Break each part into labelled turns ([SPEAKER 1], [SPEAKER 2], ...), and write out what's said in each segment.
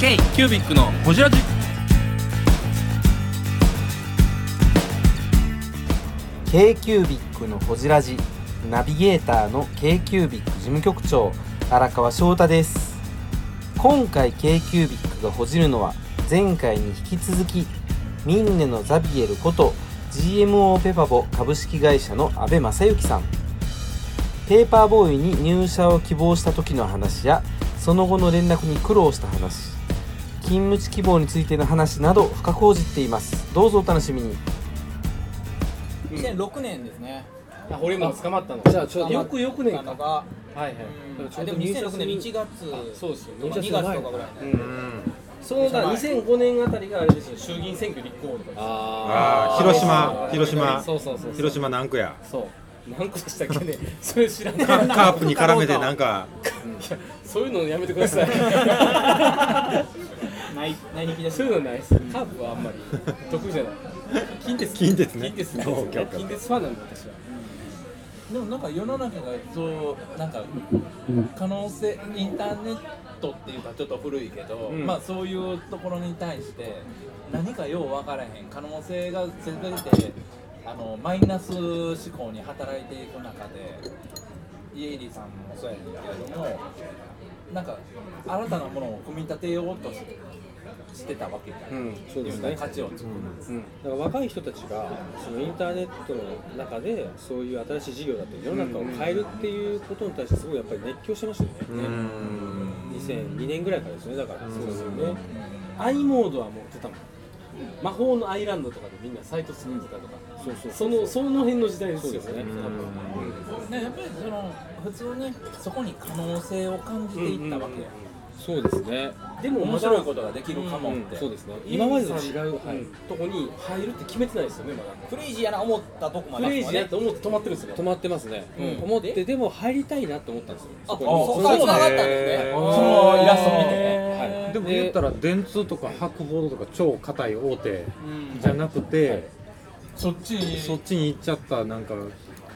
[SPEAKER 1] ケイキュービックのホジラジ
[SPEAKER 2] ー k キュービックのほじラジナビゲーターの k キュービック事務局長荒川翔太です今回 k キュービックがほじるのは前回に引き続きミンネのザビエルこと GMO ペパボ株式会社の阿部正幸さんペーパーボーイに入社を希望した時の話やその後の連絡に苦労した話勤務地希望についての話など深く報じっていますどうぞお楽しみに
[SPEAKER 3] 2006年ですね
[SPEAKER 4] あ堀本捕まったの
[SPEAKER 5] じゃあちょっとよくよくね
[SPEAKER 3] なのが
[SPEAKER 4] はいはい
[SPEAKER 3] うん
[SPEAKER 5] ちょうど
[SPEAKER 3] でも2006年の1月
[SPEAKER 4] あそうですよ
[SPEAKER 3] と
[SPEAKER 4] 入
[SPEAKER 3] か
[SPEAKER 4] 社する
[SPEAKER 3] 2月
[SPEAKER 4] 前
[SPEAKER 3] とかぐらい
[SPEAKER 4] そうだ2005年あたりがあれですよ衆議院選挙立候補とか
[SPEAKER 5] あ
[SPEAKER 6] ああ広島広島
[SPEAKER 4] そうそうそう
[SPEAKER 6] 広島何区 や
[SPEAKER 4] そう何個でしたっけねそれ知らない
[SPEAKER 6] カカープに絡めてなんか
[SPEAKER 4] そういうのやめてくださ い
[SPEAKER 3] 内内力で
[SPEAKER 4] そう
[SPEAKER 3] す
[SPEAKER 4] いうのないですカープはあんまり得意じゃない近鉄
[SPEAKER 6] 近鉄ね
[SPEAKER 4] 近鉄
[SPEAKER 6] オッケーオッケー
[SPEAKER 4] 近鉄ファンなんで私は
[SPEAKER 3] でもなんか世の中がそうなんか可能性インターネットっていうかちょっと古いけど、
[SPEAKER 4] うん
[SPEAKER 3] まあそういうところに対して何かよう分からへん可能性が全然てあのマイナス思考に働いていく中で家入さんもそうやねんけれどもなんか新たなものを組み立てようとししてたわけじゃ、
[SPEAKER 4] うんんそうです
[SPEAKER 3] い
[SPEAKER 4] ね
[SPEAKER 3] 価値を作る、
[SPEAKER 4] うん、だから若い人たちがそのインターネットの中でそういう新しい事業だったり世の中を変えるっていうことに対してすごいやっぱり熱狂してましたよ
[SPEAKER 6] うー
[SPEAKER 4] ね、
[SPEAKER 6] ん
[SPEAKER 4] 2002年ぐらいからですねだからそうですよ
[SPEAKER 6] う
[SPEAKER 4] ね i モードは持ってたもん魔法のアイランドとかでみんなサイト作ってたとかそうそうそのその辺の時代ですよね多分
[SPEAKER 3] ね、やっぱりその普通にそこに可能性を感じていったわけや、
[SPEAKER 5] そうですね
[SPEAKER 4] でも
[SPEAKER 3] 面白いことができるかもっ
[SPEAKER 4] うん
[SPEAKER 3] て、
[SPEAKER 5] そうですね今までと違う、
[SPEAKER 4] う
[SPEAKER 5] はい
[SPEAKER 4] んとこに入るって決めてないですよねまだ
[SPEAKER 3] クレイジーやな思ったとこま
[SPEAKER 4] ク
[SPEAKER 3] で
[SPEAKER 4] レイジーや
[SPEAKER 3] ね
[SPEAKER 4] と思って止まってるんですよ
[SPEAKER 5] 止まってますね、
[SPEAKER 3] うん
[SPEAKER 5] 思ってでも入りたいなと思ったんですよ
[SPEAKER 3] あ、そ
[SPEAKER 5] こに
[SPEAKER 3] こから繋がったんですね
[SPEAKER 6] へー
[SPEAKER 3] そのイラスト見てね
[SPEAKER 5] はい
[SPEAKER 7] でも言ったら電通とか博報とか超硬い大手
[SPEAKER 3] うん
[SPEAKER 7] じゃなくて、
[SPEAKER 3] そっちに
[SPEAKER 7] そっちに行っちゃったなんか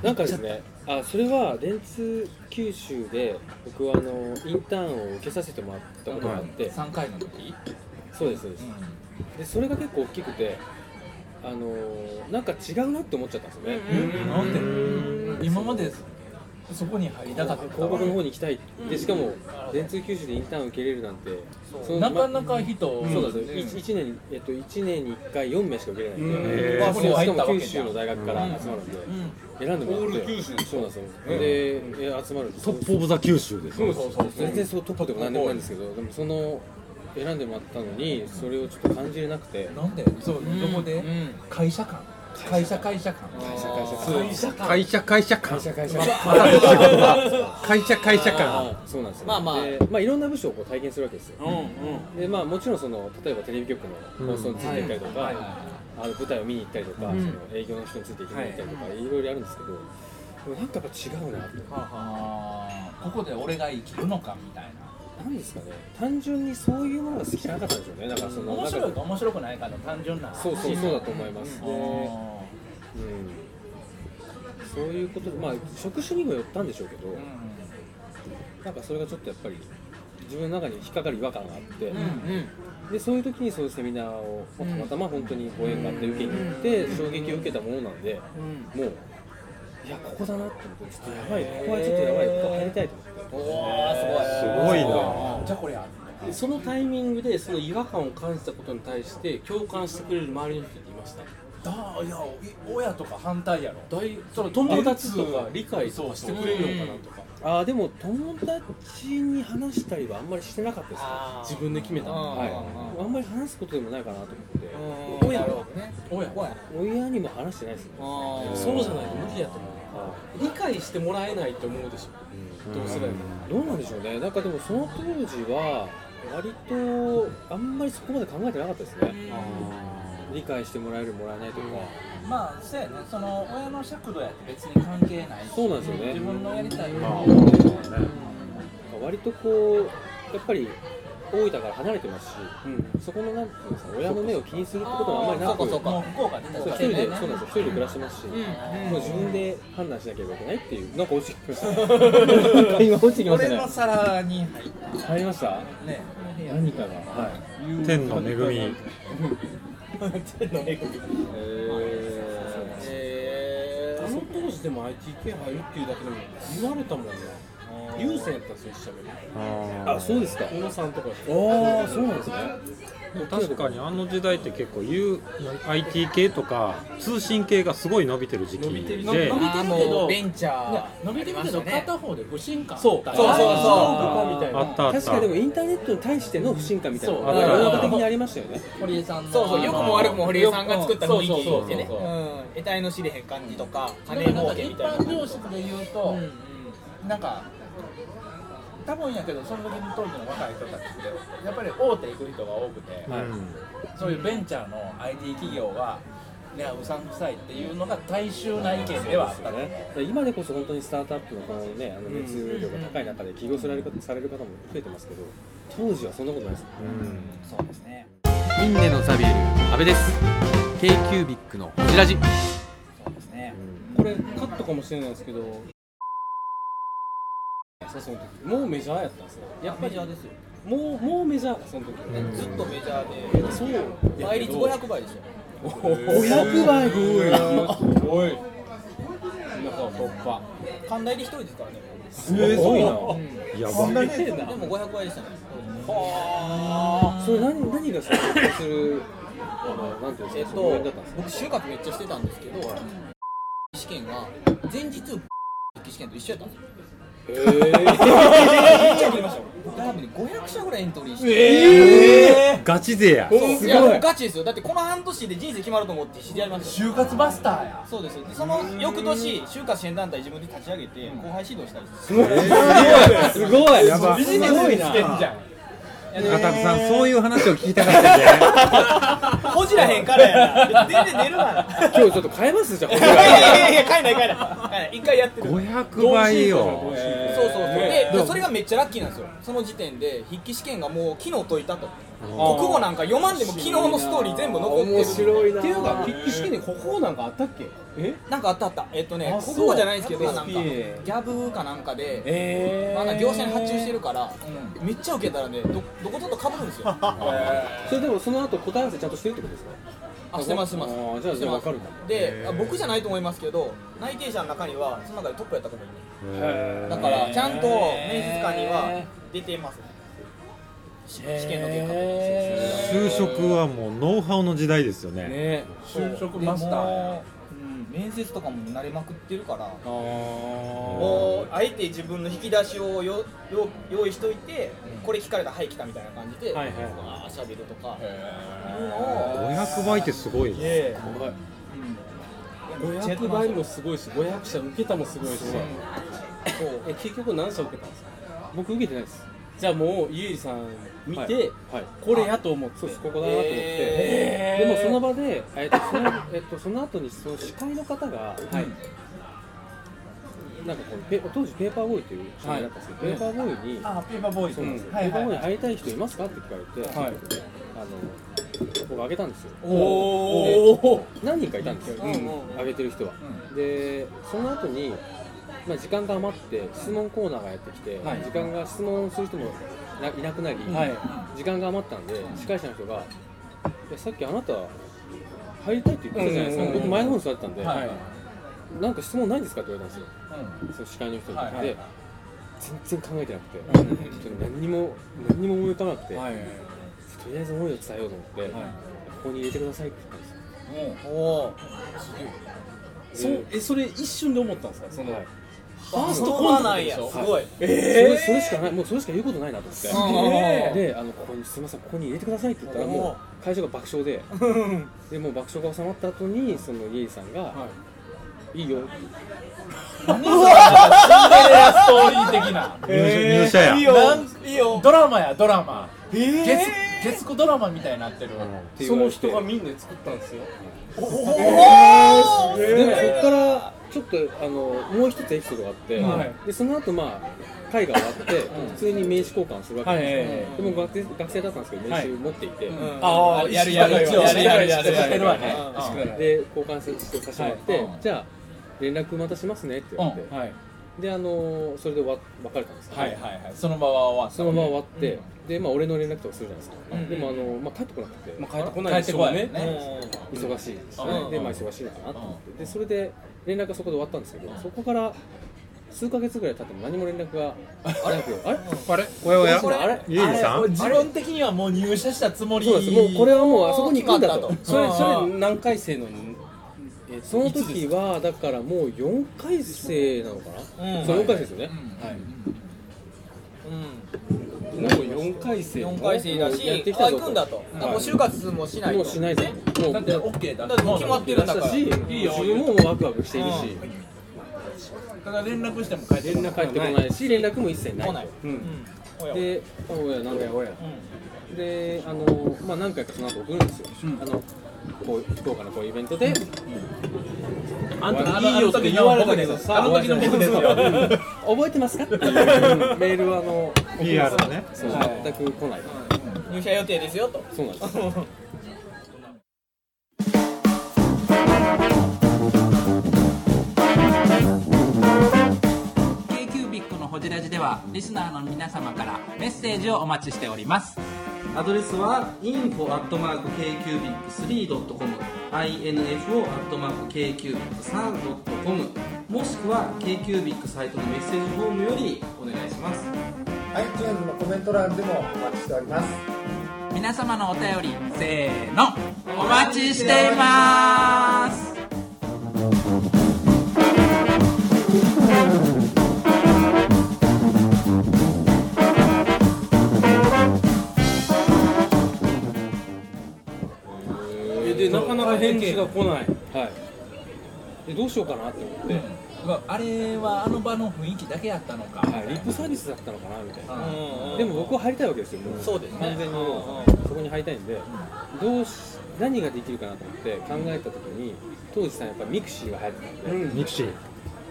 [SPEAKER 5] なんかですねあそれは電通九州で僕はあのインターンを受けさせてもらったことがあって、
[SPEAKER 3] 3回の時
[SPEAKER 5] そうですそうですでそれが結構大きくてあのーなんか違うなって思っちゃったんですよね、
[SPEAKER 3] なんで今までそこに入りたかった
[SPEAKER 5] 広告の方に行きたいでしかも電通九州でインターン受けれるなんてその
[SPEAKER 3] なかなか人を
[SPEAKER 5] そうなんですよ、一一年にえっと、1年に1回4名しか受けれないん
[SPEAKER 3] へ
[SPEAKER 5] で、
[SPEAKER 3] ー
[SPEAKER 5] まあそうしか
[SPEAKER 3] 入った
[SPEAKER 5] も
[SPEAKER 3] わけ
[SPEAKER 5] 九
[SPEAKER 3] じゃ
[SPEAKER 5] 州
[SPEAKER 3] ん
[SPEAKER 5] の大学から集まるんで、
[SPEAKER 3] うん
[SPEAKER 5] 選んでもらって、
[SPEAKER 4] オール九州でしょ
[SPEAKER 5] そうなんですよ、で、え集まるんです
[SPEAKER 6] トップオブザ九州です
[SPEAKER 4] そうそうそう
[SPEAKER 5] 全然そうトップでもなんでもないんですけど、でもその選んでもらったのに、それをちょっと感じれなくて、
[SPEAKER 3] なんでそうどこで会社感会社会社感
[SPEAKER 5] 会社、会社、
[SPEAKER 3] 会社感
[SPEAKER 7] 会社会社感
[SPEAKER 5] 会社、
[SPEAKER 7] 会社会社感
[SPEAKER 5] あーそうなんですよ、
[SPEAKER 3] まあまあ
[SPEAKER 5] でまあ、いろんな部署をこう体験するわけですよ、でまあ、もちろんその例えばテレビ局の放送についていったりとか、あの舞台を見に行ったりとか、その営業の人についていきに行ったりとか、い、ろいろあるんですけど、でもなんかやっぱ違うなって、
[SPEAKER 3] あーここで俺が生きるのかみたいな
[SPEAKER 5] なんですかね、単純にそういうものが好きじゃなかったんでしょうね、だからその、
[SPEAKER 3] 面白
[SPEAKER 5] なん
[SPEAKER 3] い
[SPEAKER 5] か
[SPEAKER 3] か面白くないかの単純な
[SPEAKER 5] そうそうそうだと思います、
[SPEAKER 3] あ
[SPEAKER 5] で
[SPEAKER 3] ー
[SPEAKER 5] うんそういうことで、まあ、職種にもよったんでしょうけど、
[SPEAKER 3] う
[SPEAKER 5] なんかそれがちょっとやっぱり、自分の中に引っかかる違和感があって。
[SPEAKER 3] んうん
[SPEAKER 5] でそういう時にそういうセミナーをたまたま本当にご縁があって受けに行って衝撃を受けたものなんでもういやここだなって思ってちょっとやばいここはちょっとやばいここ入りたいと思っ
[SPEAKER 3] おおす
[SPEAKER 6] す
[SPEAKER 3] ごい
[SPEAKER 6] ごいな
[SPEAKER 3] じゃあこれや
[SPEAKER 4] でそのタイミングでその違和感を感じたことに対して共感してくれる周りの人っていました
[SPEAKER 3] だいやお親とか反対やろ
[SPEAKER 4] 大その友達とか理解とかしてくれるのかなとか
[SPEAKER 5] てああでも友達に話したりはあんまりしてなかったですね
[SPEAKER 4] 自分で決めた
[SPEAKER 3] あ
[SPEAKER 5] はい
[SPEAKER 3] あ
[SPEAKER 5] あんまり話すことでもないかなと思って
[SPEAKER 3] 親とかね親親
[SPEAKER 5] 親にも話してないですね
[SPEAKER 4] そうじゃないと無理やと思
[SPEAKER 5] は
[SPEAKER 4] う理解してもらえないと思うでしょどうすればいいの
[SPEAKER 5] いどうなんでしょうねなんかでもその当時は割とあんまりそこまで考えてなかったですね理解してもらえるもらえないとか
[SPEAKER 3] まあそうやねその親の尺度やって別に関係ないし
[SPEAKER 5] そうなんですよね
[SPEAKER 3] 自分のやりたい
[SPEAKER 6] まあ
[SPEAKER 3] こと
[SPEAKER 5] 割とこうやっぱり大分から離れてますし、そこのなんていうんですか親の目を気にするってこともあんまりなく
[SPEAKER 4] そうかそうかもう福岡に
[SPEAKER 5] そう一人でそうなんですよ一人で暮らしてますし、もう自分で判断しなければいけないっていうなんか落ちてきましたね 今落ちてきました
[SPEAKER 4] 俺
[SPEAKER 5] ね
[SPEAKER 4] の皿に入っ
[SPEAKER 5] 入りました
[SPEAKER 4] たね
[SPEAKER 5] 何かがはい
[SPEAKER 7] 天の恵み
[SPEAKER 4] え
[SPEAKER 8] あの当時でも ITK 入るっていうだけでも言われたもんな優先やったんですよ一社目
[SPEAKER 5] あそうですか
[SPEAKER 8] 小野さんとか
[SPEAKER 5] ああそうなんですね
[SPEAKER 7] 確かにあの時代って結構 U IT 系とか通信系がすごい伸びてる時期で
[SPEAKER 8] 伸びてるけど
[SPEAKER 3] ベンチャ
[SPEAKER 8] いや
[SPEAKER 3] ー
[SPEAKER 8] 伸びてるけど
[SPEAKER 3] ありましたね
[SPEAKER 8] 片方で不信感
[SPEAKER 5] そう
[SPEAKER 8] あった
[SPEAKER 4] そうそうそう
[SPEAKER 8] あーみたい
[SPEAKER 7] あ
[SPEAKER 8] な
[SPEAKER 7] ったあった
[SPEAKER 5] 確かでもインターネットに対しての不信感みたいなの
[SPEAKER 7] そう
[SPEAKER 5] が世の中的にありましたよね
[SPEAKER 4] 堀江さんの
[SPEAKER 3] そうそう良くも悪くも堀江さんが作った雰
[SPEAKER 4] そう
[SPEAKER 3] 囲
[SPEAKER 4] そう
[SPEAKER 3] 気
[SPEAKER 4] そ
[SPEAKER 3] で
[SPEAKER 4] う
[SPEAKER 3] ね
[SPEAKER 4] そう
[SPEAKER 3] うん得体の知れへん感じとか
[SPEAKER 4] で
[SPEAKER 3] 金
[SPEAKER 4] もなん
[SPEAKER 3] 儲
[SPEAKER 4] か
[SPEAKER 3] け
[SPEAKER 4] 一
[SPEAKER 3] みたいな
[SPEAKER 4] 般常識で言うと、
[SPEAKER 3] うんうん
[SPEAKER 4] なんか多分やけどその時の当時の若い人たちってやっぱり大手行く人が多くて、そういうベンチャーの IT 企業は、いやうさんくさいっていうのが大衆な意見ではあったね
[SPEAKER 5] ね今でこそ本当にスタートアップのこのねあの熱量が高い中で起業される方される方も増えてますけど当時はそんなことないです
[SPEAKER 3] そうですね
[SPEAKER 2] ミンネのザビエル阿部です k q b ビックのホジラジ
[SPEAKER 3] そうですね
[SPEAKER 5] これカットかもしれないですけどその時もうメジャーやったんですよやっぱり
[SPEAKER 3] ャーですよ
[SPEAKER 5] もうもうメジャーその時
[SPEAKER 3] ずっとメジャーで
[SPEAKER 5] そう
[SPEAKER 3] 倍率500倍でしょ
[SPEAKER 5] 500倍 すごい
[SPEAKER 3] 寛大で一人ですからね
[SPEAKER 5] すごいな
[SPEAKER 7] やば
[SPEAKER 3] でも500倍でしたね
[SPEAKER 5] それ何何がその影響するあのなんていうん
[SPEAKER 3] え
[SPEAKER 5] で
[SPEAKER 3] っ
[SPEAKER 5] すかその要因だ
[SPEAKER 3] と
[SPEAKER 5] ったんですか
[SPEAKER 3] 僕就活めっちゃしてたんですけど試験が前日試験と一緒やったんですよめっちゃりましたよ僕多 分ね500社ぐらいエントリーして
[SPEAKER 7] ガチ勢や
[SPEAKER 3] いやガチですよだってこの半年で人生決まると思って知り合いました
[SPEAKER 4] 就活バスターや
[SPEAKER 3] そうですよでその翌年就活支援団体自分で立ち上げて後輩指導したりして
[SPEAKER 5] すごい
[SPEAKER 7] やば
[SPEAKER 4] ビジネスにしてんじゃん
[SPEAKER 7] 赤田さんそういう話を聞きたかったんじゃない
[SPEAKER 3] ほじらへんからやな全然出るわな
[SPEAKER 5] 今日ちょっと変えますじゃん
[SPEAKER 3] いやいやいや帰んない帰んない帰んない一回やってる
[SPEAKER 7] 500倍よ
[SPEAKER 3] そうそうそうでそれがめっちゃラッキーなんですよその時点で筆記試験がもう昨日解いたと国語なんか読まんでも昨日のストーリー全部残ってる面白いなっていうか筆記試験で国語なんかあったっけ
[SPEAKER 5] え
[SPEAKER 3] なんかあったあったえっとね
[SPEAKER 5] そう
[SPEAKER 3] 国語じゃないんですけどなんかギ
[SPEAKER 5] SPA
[SPEAKER 3] ャブかなんかで
[SPEAKER 5] え
[SPEAKER 3] まあなんか業者に発注してるからめっちゃ受けたらねどどことかぶるん ですよ
[SPEAKER 5] それでもその後答え合わせちゃんとしてるってことですか
[SPEAKER 3] あしてますしてます
[SPEAKER 5] あーじゃあ
[SPEAKER 3] してます
[SPEAKER 5] じゃあ分かるかも
[SPEAKER 3] であ僕じゃないと思いますけど内定者の中にはその中でトップやった子もいる
[SPEAKER 7] へ
[SPEAKER 3] だからちゃんと面接官には出てますねし試験の結果
[SPEAKER 7] ー就職はもうノウハウの時代ですよね
[SPEAKER 5] ね
[SPEAKER 4] 就職マスターや
[SPEAKER 3] うん面接とかも慣れまくってるから
[SPEAKER 5] あー
[SPEAKER 3] もうあえて自分の引き出しをよよ用意しといてこれ聞かれたらはい来たみたいな感じで
[SPEAKER 5] はいはい
[SPEAKER 3] あしゃべるとか
[SPEAKER 7] 500倍ってすごいね
[SPEAKER 8] 500倍もすごいし500社受けたもすごいし
[SPEAKER 3] そう
[SPEAKER 5] え結局何社受けたんですか僕受けてないですじゃあもう家入さん見て、これやと思ってそうですここだなと思って、でもその場で、えっとそのえっと、その後にその司会の方が、なんかこのペ当時ペーパーボーイという社名だったんですけど、ペーパーボーイに
[SPEAKER 4] あペーパーボーイ
[SPEAKER 5] そうなんですよ、
[SPEAKER 4] はい
[SPEAKER 5] ペーパ
[SPEAKER 4] は
[SPEAKER 5] ー
[SPEAKER 4] い
[SPEAKER 5] ボーイ
[SPEAKER 4] は
[SPEAKER 5] に
[SPEAKER 4] い
[SPEAKER 5] 入りたい人いますかって聞かれて、あの僕あげたんですよ
[SPEAKER 4] おお
[SPEAKER 5] 何人かいたんですよ、あげてる人は、でその後にまあ、時間が余って質問コーナーがやってきて、時間が質問する人もないなくなり、時間が余ったんで司会者の人が「いやさっきあなた入りたいって言ってたじゃないですか、僕前の方に座ってたんで、なんか質問ないんですか?」って言われたんですよ、その司会の人に、
[SPEAKER 4] はいはい
[SPEAKER 5] で全然考えてなくて、本当に何にも何にも思い浮かばなくて、とりあえず思いを伝えようと思って、ここに入れてくださいって言ったんですよ
[SPEAKER 8] そうえそれ一瞬で思ったんですかその
[SPEAKER 5] はい
[SPEAKER 3] ファーストコンないやすごい
[SPEAKER 5] それそれしかないもうそれしか言うことないなと思ってであのここにすみませんここに入れてくださいって言ったらもう会場が爆 笑ででもう爆笑が収まった後にその家入さんが、い、いよ
[SPEAKER 4] ストーリー的な
[SPEAKER 7] 入社入社や
[SPEAKER 4] なん いいよドラマやドラマ月月9ドラマみたいになってる
[SPEAKER 5] って言われて
[SPEAKER 8] みんな作ったんですよ
[SPEAKER 5] でもそこからちょっとあのもう一つエピソードがあって、
[SPEAKER 4] はい
[SPEAKER 5] でその後まあ会が終わって普通に名刺交換をするわけですよ、でも学生学生だったんですけど名刺持っていて、
[SPEAKER 4] ああ、やるやるやるやるやるやるやるやる
[SPEAKER 5] で交換してさせてもらって、じゃあ連絡またしますねって言われて、であのそれでわ別れたんですよ、
[SPEAKER 4] はいはいはい。その場は終わった。
[SPEAKER 5] そのまま終わって、でまあ俺の連絡とかするじゃないですか、でもあの、まあ、帰ってこなくて、
[SPEAKER 8] まあ、帰ってこないでしょうね
[SPEAKER 4] 帰ってこないよ
[SPEAKER 5] 忙しいですよ
[SPEAKER 4] うん
[SPEAKER 5] ねでまあ忙しいのかなと思ってでそれで連絡がそこで終わったんですけどそこから数ヶ月ぐらい経っても何も連絡があれあれ
[SPEAKER 7] あれおやおや
[SPEAKER 5] これあれ
[SPEAKER 7] ゆうりさん
[SPEAKER 4] 自分的にはもう入社したつもり。
[SPEAKER 5] そうなんですもうこれはもうあそこに行くんだ
[SPEAKER 3] 決
[SPEAKER 5] と
[SPEAKER 3] まっ
[SPEAKER 8] それそれ何回生のにえー
[SPEAKER 5] その時はだからもう4回生なのかな、
[SPEAKER 8] うん
[SPEAKER 5] そう4回生ですよね、
[SPEAKER 8] もう4回生
[SPEAKER 3] 4回生だし
[SPEAKER 5] やってき
[SPEAKER 3] あ
[SPEAKER 5] た
[SPEAKER 3] 行
[SPEAKER 5] ぞ
[SPEAKER 3] くんだとだからもう就活もしないと
[SPEAKER 5] もうしないですもう
[SPEAKER 4] だってオッケーだ。
[SPEAKER 3] だってもう決まってるんだから
[SPEAKER 5] し自分ももうワクワクしているし、
[SPEAKER 4] だから連絡しても帰ってこない。
[SPEAKER 5] 帰ってこないし連絡も一切ない
[SPEAKER 3] 来ない
[SPEAKER 5] でおやなんだよおやであのまあ何回かその後送るんですよ、あのこう福岡のこういうイベントで、
[SPEAKER 4] あんたいいよって言われたけどさ、あの時の僕ですよ。
[SPEAKER 5] 覚えてますかっていうメールはあの
[SPEAKER 7] PR のね
[SPEAKER 5] そう全く来ない
[SPEAKER 3] 入社予定ですよと
[SPEAKER 5] そうなんです
[SPEAKER 2] アドレスは info.kcubic3.com info.kcubic3.com もしくは KQBIC サイトのメッセージフォームよりお願いします
[SPEAKER 9] iTunes のコメント欄でもお待ちしております
[SPEAKER 4] 皆様のお便り、せーの、お待ちしています。
[SPEAKER 10] えでなかなか返事が来ない
[SPEAKER 5] はいでどうしようかなって思って、
[SPEAKER 4] うわあれはあの場の雰囲気だけやったのか。
[SPEAKER 5] はい、リップサービスだったのかなみたいな、
[SPEAKER 4] うん
[SPEAKER 5] でも僕は入りたいわけですよもう
[SPEAKER 3] そうです
[SPEAKER 5] 完全
[SPEAKER 3] ね
[SPEAKER 5] にもうそこに入りたいんで、どうし何ができるかなと思って考えた時に当時さんやっぱミクシーが流行ってたんで、
[SPEAKER 7] ミクシー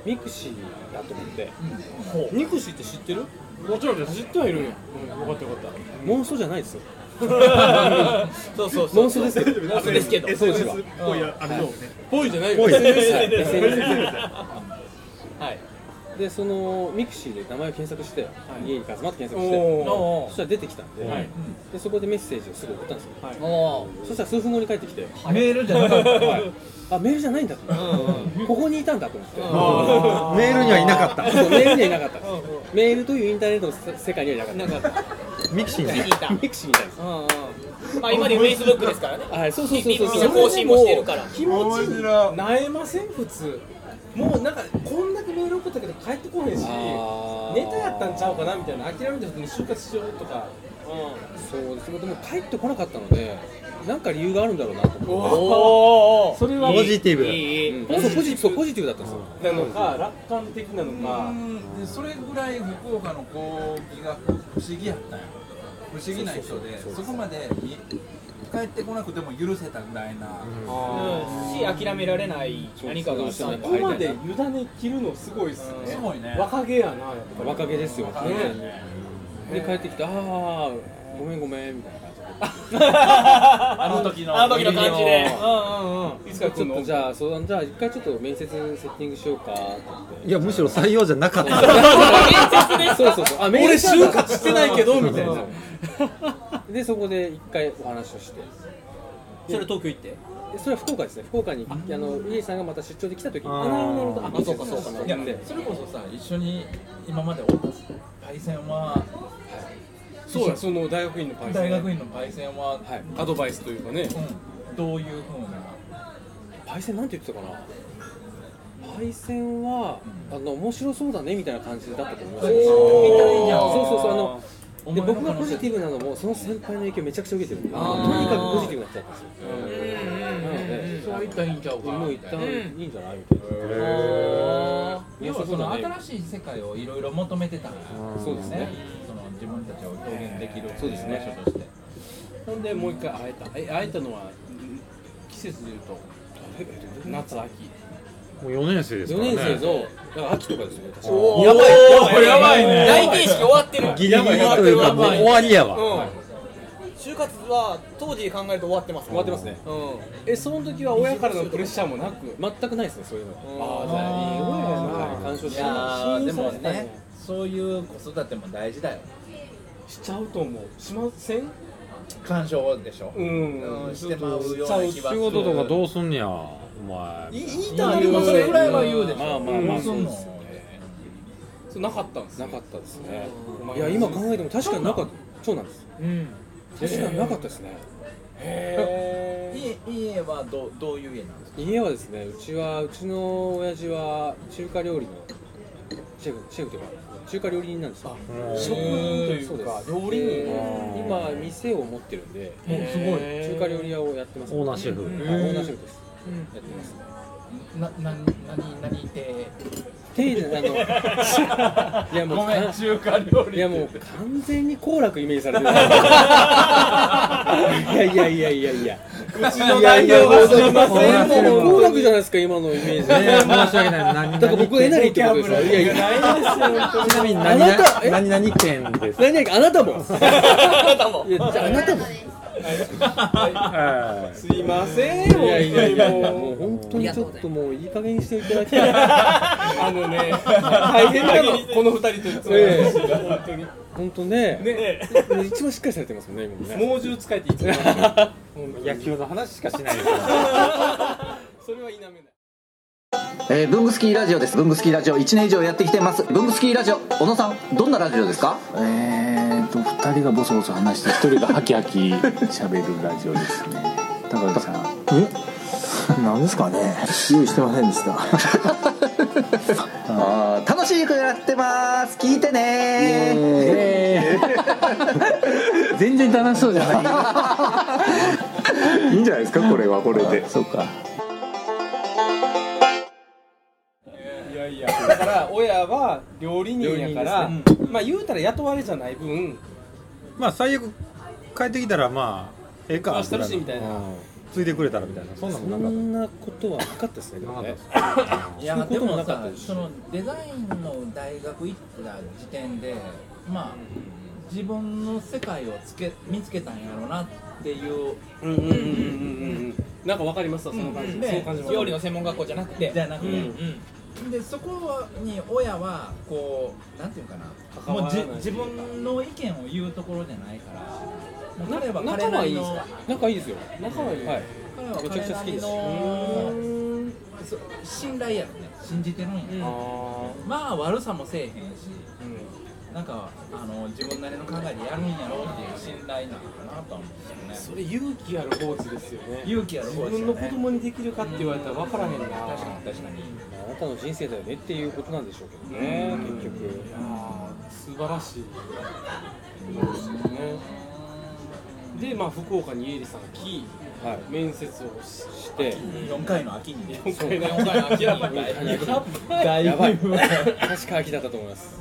[SPEAKER 5] ミクシーだと思って、
[SPEAKER 8] ミクシーって知ってるもちろんです知ってはいるんや、うん、よかったよかった
[SPEAKER 5] 妄想じゃないですよ
[SPEAKER 3] そうそうそう
[SPEAKER 5] 妄想ですよ
[SPEAKER 3] そうですけど
[SPEAKER 5] 当時は
[SPEAKER 8] ぽいじゃないよ SNS で
[SPEAKER 5] SNS です
[SPEAKER 3] はい
[SPEAKER 5] でそのミクシーで名前を検索して、家に集まって検索して
[SPEAKER 8] お
[SPEAKER 5] そしたら出てきたんで,、でそこでメッセージをすぐ送ったんですよ、
[SPEAKER 3] も
[SPEAKER 5] そしたら数分後に帰ってきて、
[SPEAKER 4] メールじゃなかった。
[SPEAKER 5] はいあメールじゃないんだと思って、ここにいたんだと思って、
[SPEAKER 7] メールにはいなかった
[SPEAKER 5] そうメールにはいなかったんですメールというインターネットのせ世界にはいなかった
[SPEAKER 7] ミクシー
[SPEAKER 3] う
[SPEAKER 7] に
[SPEAKER 3] 聞いた
[SPEAKER 5] ミクシーみたいです
[SPEAKER 3] うんうんまあ今でフェイスブックですからね
[SPEAKER 5] はいそうそう
[SPEAKER 3] み
[SPEAKER 5] そう
[SPEAKER 3] み
[SPEAKER 5] そうん
[SPEAKER 3] な更新もしてるから
[SPEAKER 8] 気持ちなえません普通もうなんかこんだけメール送ったけど帰ってこへんし
[SPEAKER 5] あー
[SPEAKER 8] ネタやったんちゃうかなみたいな諦めた時に就活しようとか
[SPEAKER 5] そうですでも帰ってこなかったのでなんか理由があるんだろうなと思って
[SPEAKER 8] おおそれは
[SPEAKER 7] ポジティブ
[SPEAKER 5] うんそうポジそうポジティブだったんですよ
[SPEAKER 8] なのか楽観的なのか
[SPEAKER 4] うんでそれぐらい福岡の講義が不思議やったんや不思議な人でそこまでい帰ってこなくても許せたぐらいな、
[SPEAKER 3] うんし諦められない何かがあったんだ
[SPEAKER 8] ここまで委ね切るのすごいっすね
[SPEAKER 4] すごいね
[SPEAKER 8] 若気やなやっぱ
[SPEAKER 5] 若気ですよ完全に
[SPEAKER 8] ね
[SPEAKER 5] で帰ってきてああごめんごめんみたいな感じで
[SPEAKER 4] あの時の
[SPEAKER 3] あの時の感じで
[SPEAKER 8] りいつか
[SPEAKER 5] ち
[SPEAKER 8] 来
[SPEAKER 5] ょ
[SPEAKER 8] ん
[SPEAKER 5] っ
[SPEAKER 8] の
[SPEAKER 5] とじゃあ相談じゃあ一回ちょっと面接セッティングしようかって言って
[SPEAKER 7] いやむしろ採用じゃなかった
[SPEAKER 5] そうそうそうあ面
[SPEAKER 8] 俺
[SPEAKER 5] 接なん
[SPEAKER 8] 就
[SPEAKER 5] だ
[SPEAKER 8] 活してないけどみたいな
[SPEAKER 5] でそこで一回お話をして
[SPEAKER 3] それ東京行って
[SPEAKER 5] でそれは福岡ですね福岡にあの家さんがまた出張で来た時に
[SPEAKER 7] あー
[SPEAKER 5] あなるほどなるほどあそうかそうか
[SPEAKER 4] いや
[SPEAKER 5] なんで
[SPEAKER 4] それこそさ一緒に今までおったパイセンは
[SPEAKER 8] そうやその大学院のパイセン
[SPEAKER 4] 大学院のパイセンは、
[SPEAKER 5] はい
[SPEAKER 8] アドバイスというかね
[SPEAKER 4] うんどういうふうな
[SPEAKER 5] パイセンなんて言ってたかなパイセンはあの面白そうだねみたいな感じだったと思います
[SPEAKER 4] おー
[SPEAKER 5] みたいなそうそうそうあの
[SPEAKER 4] お
[SPEAKER 5] で
[SPEAKER 4] 前の
[SPEAKER 5] 僕がポジティブなのもその先輩の影響めちゃくちゃ受けてるんでとにかくポジティブな人だったんですよなので
[SPEAKER 4] そういったらいいんちゃうか
[SPEAKER 5] もう一旦いいんじゃないみたいな
[SPEAKER 4] 要はその新しい世界をいろいろ求めてたから
[SPEAKER 5] そうですね
[SPEAKER 4] その自分たちを表現できる
[SPEAKER 5] そうですね
[SPEAKER 4] 場所として
[SPEAKER 8] ほんでもう一回会えたえ会えたのは季節でいうと夏秋
[SPEAKER 7] もう4年生です
[SPEAKER 5] 4
[SPEAKER 7] から
[SPEAKER 5] 年
[SPEAKER 7] ね
[SPEAKER 5] 生のだから秋とかですよね確か
[SPEAKER 3] おー
[SPEAKER 7] やばい
[SPEAKER 3] おー
[SPEAKER 7] やばいね
[SPEAKER 3] 内定式終わってる
[SPEAKER 7] ギリギリというかもう終わりや
[SPEAKER 3] うん
[SPEAKER 7] わ、
[SPEAKER 3] 就活は当時で考えると終わってます終
[SPEAKER 5] わってますね
[SPEAKER 3] うん
[SPEAKER 5] えその時は親からのプレッシ
[SPEAKER 8] ャーもなく
[SPEAKER 5] ャー全くないですねそういうの
[SPEAKER 3] あ
[SPEAKER 5] ああ
[SPEAKER 3] ー
[SPEAKER 5] 干渉
[SPEAKER 4] い
[SPEAKER 5] し
[SPEAKER 4] や
[SPEAKER 5] な
[SPEAKER 4] ーでもねそういう子育ても大事だよ
[SPEAKER 8] しちゃうと思うしません
[SPEAKER 4] 干渉でしょ、
[SPEAKER 8] ん
[SPEAKER 4] うんしてまうような気はす
[SPEAKER 7] 仕
[SPEAKER 4] る
[SPEAKER 7] 事とかどうすんねやお前
[SPEAKER 8] 言い
[SPEAKER 4] ま
[SPEAKER 8] た
[SPEAKER 4] あ
[SPEAKER 8] い
[SPEAKER 4] でもそれぐらいは
[SPEAKER 8] う
[SPEAKER 4] 言うでしょ
[SPEAKER 5] まあまあま
[SPEAKER 4] ど
[SPEAKER 5] あ
[SPEAKER 4] うすんの
[SPEAKER 8] そうなかったんです
[SPEAKER 5] いな
[SPEAKER 8] ね
[SPEAKER 5] かったですねいや今考えても確かになかったそうなんです確かになかったですね
[SPEAKER 4] 家家はどうどういう家なんですか
[SPEAKER 5] 家はですねうちはうちの親父は中華料理のシェフシェフというか中華料理人なんですよ
[SPEAKER 8] 職人というか料理人
[SPEAKER 5] で今店を持ってるんで
[SPEAKER 8] えすごい
[SPEAKER 5] 中華料理屋をやってます
[SPEAKER 7] オーナーシェフ、
[SPEAKER 5] あオーナーシェフですやってます
[SPEAKER 3] なな何何って
[SPEAKER 5] 手であの いやもう
[SPEAKER 4] ごめん
[SPEAKER 5] か
[SPEAKER 4] 中華料理
[SPEAKER 5] いやもう完全に好楽イメージされて るいやいやいやいやいやうちの代表はすいませんもう好楽じゃないですか今のイメージ
[SPEAKER 7] ねえ申し訳ない何
[SPEAKER 5] だから僕えなりってことですよいやいや
[SPEAKER 7] ちなみに
[SPEAKER 5] あ
[SPEAKER 7] 何
[SPEAKER 5] な
[SPEAKER 7] 々
[SPEAKER 5] たえ
[SPEAKER 7] 何々県です
[SPEAKER 5] 何 々あなたもあなたもいやじゃああなたも
[SPEAKER 7] はい
[SPEAKER 8] すいません
[SPEAKER 5] いやいやい
[SPEAKER 8] 本
[SPEAKER 5] や
[SPEAKER 8] 当にもう
[SPEAKER 5] もう本当にちょっともういい加減にしていただきたい
[SPEAKER 8] あのね、大変なの、この二人といつも
[SPEAKER 5] ええ
[SPEAKER 8] 本当に。
[SPEAKER 5] 本当ね
[SPEAKER 8] ね、
[SPEAKER 5] 一番しっかりされてますもんね今もね
[SPEAKER 8] 猛獣使えていつも。
[SPEAKER 7] 野球の話しかしないですよ
[SPEAKER 8] それは否めない。
[SPEAKER 11] えー、ブングスキーラジオですブングスキーラジオ1年以上やってきてますブングスキーラジオ小野さんどんなラジオですかえーと2人がボソボソ話して1人がハキハキ喋るラジオですね高橋さんえなんですかね用意してませんでした あー楽しい曲やってます聞いてね全然楽しそうじゃないいいんじゃないですかこれはこれでそうか
[SPEAKER 8] いやいや、だから親は料理人やから、まあ言うたら雇われじゃない分、
[SPEAKER 7] まあ最悪帰ってきたらまあええか
[SPEAKER 8] あ楽しいみたいな
[SPEAKER 7] うんついてくれたらみたいなそんな
[SPEAKER 5] そ
[SPEAKER 7] もんなかっ
[SPEAKER 5] んなことはなかったですねで
[SPEAKER 7] たなか
[SPEAKER 5] も
[SPEAKER 7] った
[SPEAKER 5] ね
[SPEAKER 7] です
[SPEAKER 4] いや
[SPEAKER 5] そうい
[SPEAKER 4] で
[SPEAKER 5] うことも
[SPEAKER 4] も
[SPEAKER 5] なかっ
[SPEAKER 4] さ
[SPEAKER 5] たですし
[SPEAKER 4] そのデザインの大学行った時点でまあ自分の世界をつけ見つけたんやろうなっていう
[SPEAKER 8] うんうんうんうんうんうん。なんかわかりますわその感じ。
[SPEAKER 4] う
[SPEAKER 8] そ
[SPEAKER 4] ん
[SPEAKER 8] の感じ
[SPEAKER 3] 料理の専門学校じゃなくて
[SPEAKER 4] じゃなくて、
[SPEAKER 3] うん
[SPEAKER 4] でそこに親はこうなんていうかな
[SPEAKER 8] 関
[SPEAKER 4] も
[SPEAKER 8] わ
[SPEAKER 4] う
[SPEAKER 8] らない
[SPEAKER 4] じ自分の意見を言うところじゃないからもう彼は
[SPEAKER 5] 仲
[SPEAKER 4] 彼な
[SPEAKER 5] はいい
[SPEAKER 4] り
[SPEAKER 5] です
[SPEAKER 4] の
[SPEAKER 5] か仲いいですよ
[SPEAKER 8] 仲はいい。
[SPEAKER 5] はい
[SPEAKER 4] 彼は
[SPEAKER 5] めちゃく
[SPEAKER 4] 彼
[SPEAKER 5] ちゃ
[SPEAKER 4] な
[SPEAKER 5] 好き
[SPEAKER 4] り
[SPEAKER 5] です
[SPEAKER 4] のそ信頼やろね信じてるんや、
[SPEAKER 8] ああ。
[SPEAKER 4] まあ悪さもせえへんし、なんかあの自分なりの考えでやるんやろうっていう信頼なのかなとは思うんですよ
[SPEAKER 8] そ
[SPEAKER 4] ね
[SPEAKER 8] れ勇気ある放置ですよね。
[SPEAKER 4] 勇気ある
[SPEAKER 8] 自
[SPEAKER 4] 方です
[SPEAKER 8] 分
[SPEAKER 4] よ
[SPEAKER 8] の
[SPEAKER 4] ね
[SPEAKER 8] 子供にできるかって言われたらわからへんな。
[SPEAKER 4] 確かに確かに
[SPEAKER 5] あなたの人生だよねっていうことなんでしょうけどね結局
[SPEAKER 8] あー素晴らしいことですよねでまあ福岡に家入さん来
[SPEAKER 5] はい
[SPEAKER 8] 面接をし
[SPEAKER 5] して
[SPEAKER 4] 4回の秋に
[SPEAKER 8] 今回
[SPEAKER 4] 4回の秋に
[SPEAKER 8] だ
[SPEAKER 5] や ばい確か秋だったと思います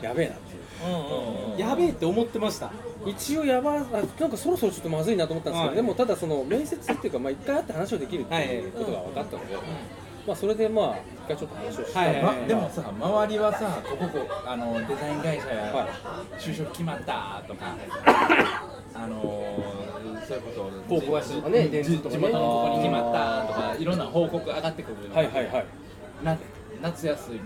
[SPEAKER 5] やべえなっていう
[SPEAKER 8] やべえって思ってました
[SPEAKER 5] 一応やばあなんかそろそろちょっとまずいなと思ったんですけど、
[SPEAKER 8] はい
[SPEAKER 5] でもただその面接っていうかまあ一回会って話をできるっていうことが分かったので、まあそれでまあ一回ちょっと話をして、
[SPEAKER 8] はい
[SPEAKER 4] ま、でもさ周りはさこここあのデザイン会社や、就職決まったと かあのそういうこと
[SPEAKER 8] 高校足とかね
[SPEAKER 4] じ
[SPEAKER 8] 電通とかね
[SPEAKER 4] 地元のここに決まったとかいろんな報告上がってくる
[SPEAKER 5] はいはいはい
[SPEAKER 4] な夏休みも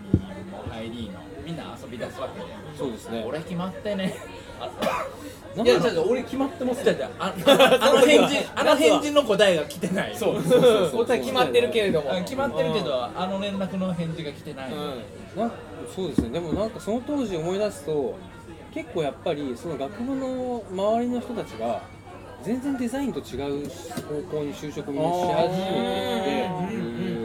[SPEAKER 4] 入りのみんな遊び出すわけで
[SPEAKER 5] そうですね
[SPEAKER 4] 俺決まってね
[SPEAKER 5] なん
[SPEAKER 4] いや
[SPEAKER 5] か
[SPEAKER 4] じゃあ俺決まってますじゃあじゃあああの返事あの返事の答えが来てない
[SPEAKER 8] そうそうそうそう
[SPEAKER 3] 答え決まってるけれども
[SPEAKER 4] あ決まってるけどあの連絡の返事が来てない、
[SPEAKER 5] なんかそうですねでもなんかその当時思い出すと結構やっぱりその学部の周りの人たちが全然デザインと違う方向に就職にし始めていてうん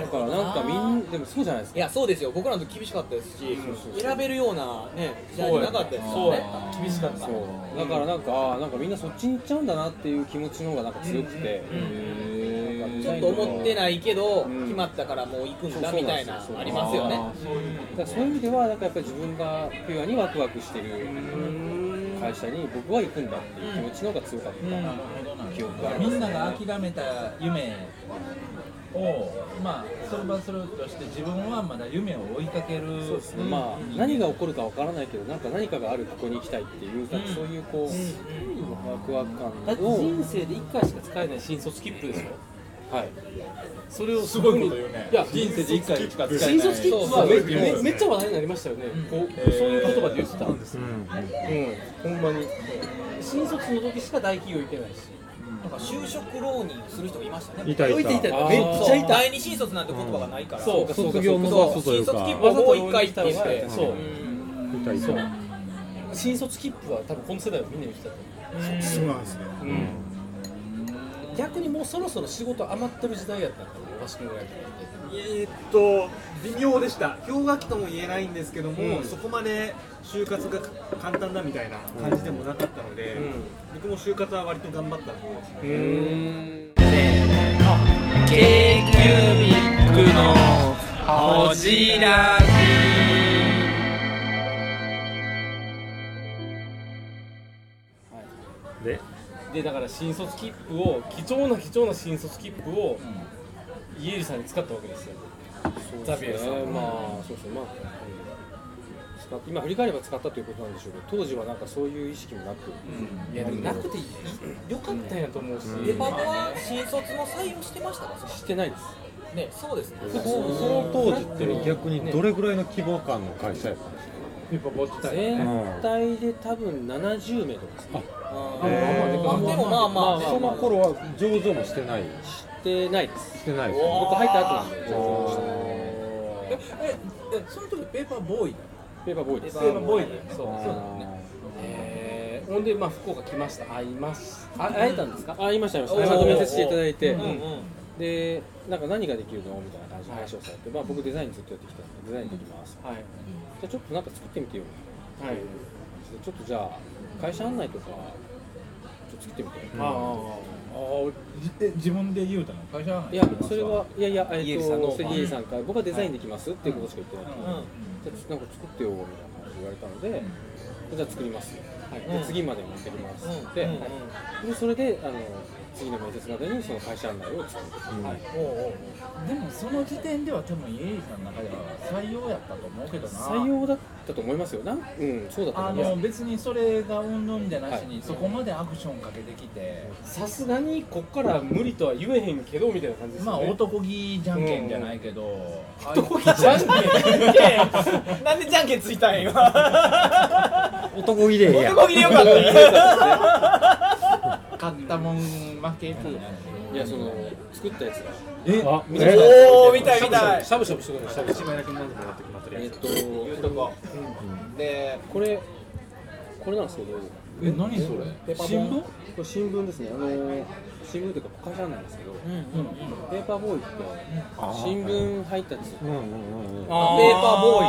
[SPEAKER 5] だからなんかみんなでもそうじゃないです
[SPEAKER 3] い
[SPEAKER 5] か
[SPEAKER 3] やそうですよ僕らの時厳しかったですし選べるようなね時代じゃなかったですよね
[SPEAKER 8] 厳しかった
[SPEAKER 5] そうだからなんかあーなんかみんなそっちに行っちゃうんだなっていう気持ちの方がなんか強くて
[SPEAKER 3] ちょっと思って
[SPEAKER 5] い
[SPEAKER 3] ないけど決まったからもう行くんだみたいなありますよね
[SPEAKER 5] そういう意味ではなんかやっぱり自分がピュアにワクワクしてる会社に僕は行くんだっていう気持ちの方が強かった、
[SPEAKER 4] なるほどなみんなが諦めた夢を、まあ、それはそれとして自分はまだ夢を追いかける
[SPEAKER 5] そうですね、まあ何が起こるかわからないけどなんか何かがあるここに行きたいっていう、なんかそういうこう、ワクワク
[SPEAKER 10] だって
[SPEAKER 5] 感を
[SPEAKER 10] 人生で1回しか使えない新卒切符ですよ
[SPEAKER 5] はい
[SPEAKER 10] それをすごいこと言うねいや
[SPEAKER 4] 人生で一回しか使えない
[SPEAKER 10] 新卒切符はめめめっちゃ話題になりましたよね、こうそういう言葉で言ってたんです
[SPEAKER 5] うんほんまに
[SPEAKER 10] 新卒の時しか大企業行けないし
[SPEAKER 3] なんか就職浪人する人がいましたね
[SPEAKER 7] いたいた
[SPEAKER 10] あー
[SPEAKER 5] めっちゃいた
[SPEAKER 3] 第二新卒なんて言葉がないから、
[SPEAKER 10] そう
[SPEAKER 5] か
[SPEAKER 7] 卒業も
[SPEAKER 3] そう
[SPEAKER 7] バスとい
[SPEAKER 3] 新
[SPEAKER 7] うか
[SPEAKER 3] 卒切符
[SPEAKER 10] わ
[SPEAKER 3] を
[SPEAKER 10] ざと
[SPEAKER 3] もう一回行って
[SPEAKER 10] 行って
[SPEAKER 3] て
[SPEAKER 10] そう
[SPEAKER 7] いたいた
[SPEAKER 10] 新卒切符は多分この世代はみんな言ってたと思
[SPEAKER 12] そうなんですね
[SPEAKER 10] う逆にもうそろそろ仕事余ってる時代やったんだよ大橋君ぐらいからって
[SPEAKER 12] えーっと微妙でした氷河期とも言えないんですけども、そこまで就活が簡単だみたいな感じでもなかったので、僕も就活は割と頑張ったので、
[SPEAKER 7] で
[SPEAKER 10] でだから新卒切符を貴重な貴重な新卒切符を家入さんに使ったわけですよザビエルさん
[SPEAKER 5] ねまあそうですねまあ、使っ今振り返れば使ったということなんでしょうけど当時はなんかそういう意識もなく、
[SPEAKER 10] いやでもなくていい良かったんやと思うし
[SPEAKER 3] デパートは新卒の採用してましたかそ
[SPEAKER 5] してないです
[SPEAKER 3] のねそうですね
[SPEAKER 7] その当時って逆にどれぐらいの規模感の会社やったんですか
[SPEAKER 5] 全体で多分70名とかですね
[SPEAKER 3] あでもまあまあね、
[SPEAKER 7] その頃は上場もしてない
[SPEAKER 5] してないです
[SPEAKER 7] してないです
[SPEAKER 5] 僕入った後なんで
[SPEAKER 4] えええその時ペーパーボーイだ
[SPEAKER 5] ペーパーボーイです
[SPEAKER 10] ペーパーボーイだよそう
[SPEAKER 4] そうだよね
[SPEAKER 10] えーほんでまあ福岡来ました会いましあ会えたんですか
[SPEAKER 5] あ、言いました、言いました。まとめさせていただいて、で、なんか何ができるのみたいな感じの話をされて、まあ僕デザインずっとやってきたんで、デザインできます。
[SPEAKER 10] はい
[SPEAKER 5] じゃあちょっとなんか作ってみてよ。
[SPEAKER 10] はい
[SPEAKER 5] ちょっとじゃあ、会社案内とか、ちょっと作ってみて。
[SPEAKER 10] ああ
[SPEAKER 4] あーじえ自分で言うたの会社はい
[SPEAKER 5] や、それは、いやいや、え
[SPEAKER 10] 家
[SPEAKER 5] っ
[SPEAKER 10] 入さんの
[SPEAKER 5] と、杉江さんから、僕はデザインできますっていうことしか言ってないから、じゃあちょっとなんか作ってよ、みたいな話言われたので、じゃあ作ります。はい、で次まで持ってきますって言って、はいでそれであの次の面接までにその会社案内を作る。
[SPEAKER 4] でもその時点では多分家入さんの中では採用やったと思うけどな
[SPEAKER 5] 採用だったと思いますよ。なんうん、そうだと
[SPEAKER 4] あ
[SPEAKER 5] 思います
[SPEAKER 4] の。別にそれがうんぬんじゃなしに、そこまでアクションかけてきて、
[SPEAKER 10] さすがにこっから無理とは言えへんけどみたいな感じです
[SPEAKER 4] まあ
[SPEAKER 10] よね
[SPEAKER 4] 男気じゃんけんじゃないけど、ああいう
[SPEAKER 10] 男気じゃんけん
[SPEAKER 3] なんでじゃんけんついたん今
[SPEAKER 7] 男気でええやん
[SPEAKER 3] 男気でよかった
[SPEAKER 4] 勝ったもん負けみたいな。
[SPEAKER 5] いや、その作ったやつが。
[SPEAKER 7] あ
[SPEAKER 5] 見てください
[SPEAKER 3] おお見たい見たい
[SPEAKER 5] しゃぶしゃぶしてください。
[SPEAKER 12] 一枚だけ飲んでもらってきますとりあえ
[SPEAKER 5] え
[SPEAKER 12] ず
[SPEAKER 5] っと、
[SPEAKER 3] で
[SPEAKER 5] これこれなんですけど、こ
[SPEAKER 4] え、何それ？
[SPEAKER 3] ペパボン
[SPEAKER 4] 新聞？
[SPEAKER 5] れ新聞ですね。あの新聞というか会社案内ですけど、ペーパーボーイって新聞配達。で、
[SPEAKER 7] うんうんうんうん
[SPEAKER 3] ペーパーボー